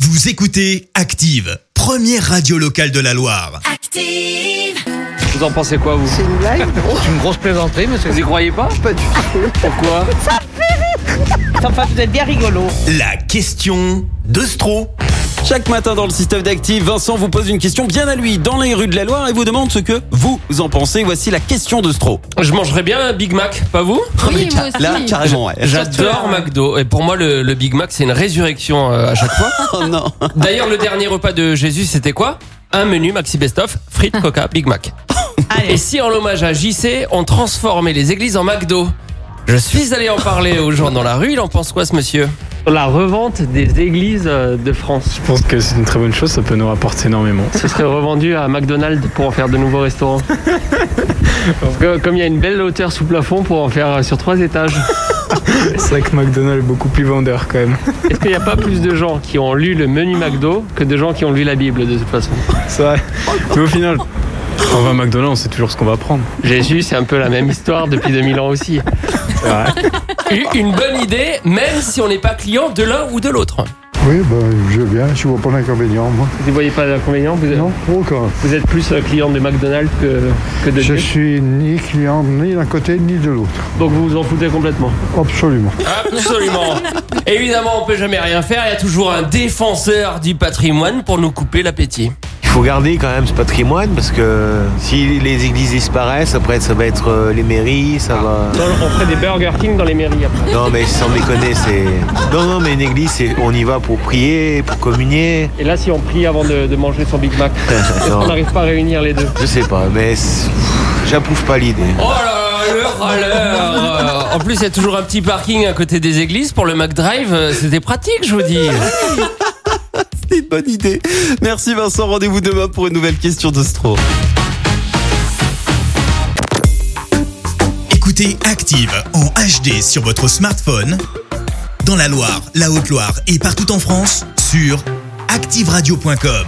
Vous écoutez Active, première radio locale de la Loire. Active. Vous en pensez quoi, vous C'est une blague drôle. C'est une grosse plaisanterie, monsieur. Vous y croyez pas Pas du tout. Pourquoi Enfin, vous êtes bien rigolo. La question de Stro. Chaque matin dans le système d'actifs, Vincent vous pose une question bien à lui dans les rues de la Loire et vous demande ce que vous en pensez. Voici la question de Stro. Je mangerais bien un Big Mac, pas vous Oui, moi aussi. Là, carrément, ouais. J'adore McDo. Et pour moi, le, le Big Mac, c'est une résurrection euh, à chaque fois. Oh non. D'ailleurs, le dernier repas de Jésus, c'était quoi Un menu Maxi Best Of, frites, coca, Big Mac. Et Allez. si, en l'hommage à JC, on transformait les églises en McDo Je suis allé en parler aux gens dans la rue. Il en pense quoi, ce monsieur La revente des églises euh, de France. Je pense que c'est une très bonne chose, ça peut nous rapporter énormément. Ce serait revendu à McDonald's pour en faire de nouveaux restaurants. Parce que, comme il y a une belle hauteur sous plafond pour en faire euh, sur trois étages. C'est vrai que McDonald's est beaucoup plus vendeur quand même. Est-ce qu'il n'y a pas plus de gens qui ont lu le menu McDo que de gens qui ont lu la Bible de toute façon C'est vrai. Mais au final, quand on va à McDonald's, on sait toujours ce qu'on va prendre. Jésus, c'est un peu la même histoire depuis 2000 ans aussi. C'est vrai. Une- Une bonne idée, même si on n'est pas client de l'un ou de l'autre. Oui, ben, je viens, je vois pas l'inconvénient, moi. Vous ne voyez pas l'inconvénient vous, Non, pourquoi vous êtes plus euh, client de McDonald's que, que de Je Dieu. suis ni client ni d'un côté ni de l'autre. Donc vous vous en foutez complètement. Absolument. Absolument. Évidemment, on peut jamais rien faire. Il y a toujours un défenseur du patrimoine pour nous couper l'appétit. Il faut garder quand même ce patrimoine parce que si les églises disparaissent, après ça va être euh, les mairies, ça Ah. va. On ferait des Burger King dans les mairies après. Non mais sans déconner, c'est. Non, non, mais une église, c'est- on y va pour prier, pour communier. Et là, si on prie avant de, de manger son Big Mac, est-ce qu'on Non, n'arrive pas à réunir les deux je sais pas, mais c'est- j'approuve pas l'idée. Oh là là, le râleur Euh, En plus, il y a toujours un petit parking à côté des églises pour le McDrive. Euh, C'était pratique, je vous dis. C'est une bonne idée. Merci Vincent. Rendez-vous demain pour une nouvelle question de Stro. Écoutez Active en HD sur votre smartphone, dans la Loire, la Haute-Loire et partout en France, sur activeradio.com.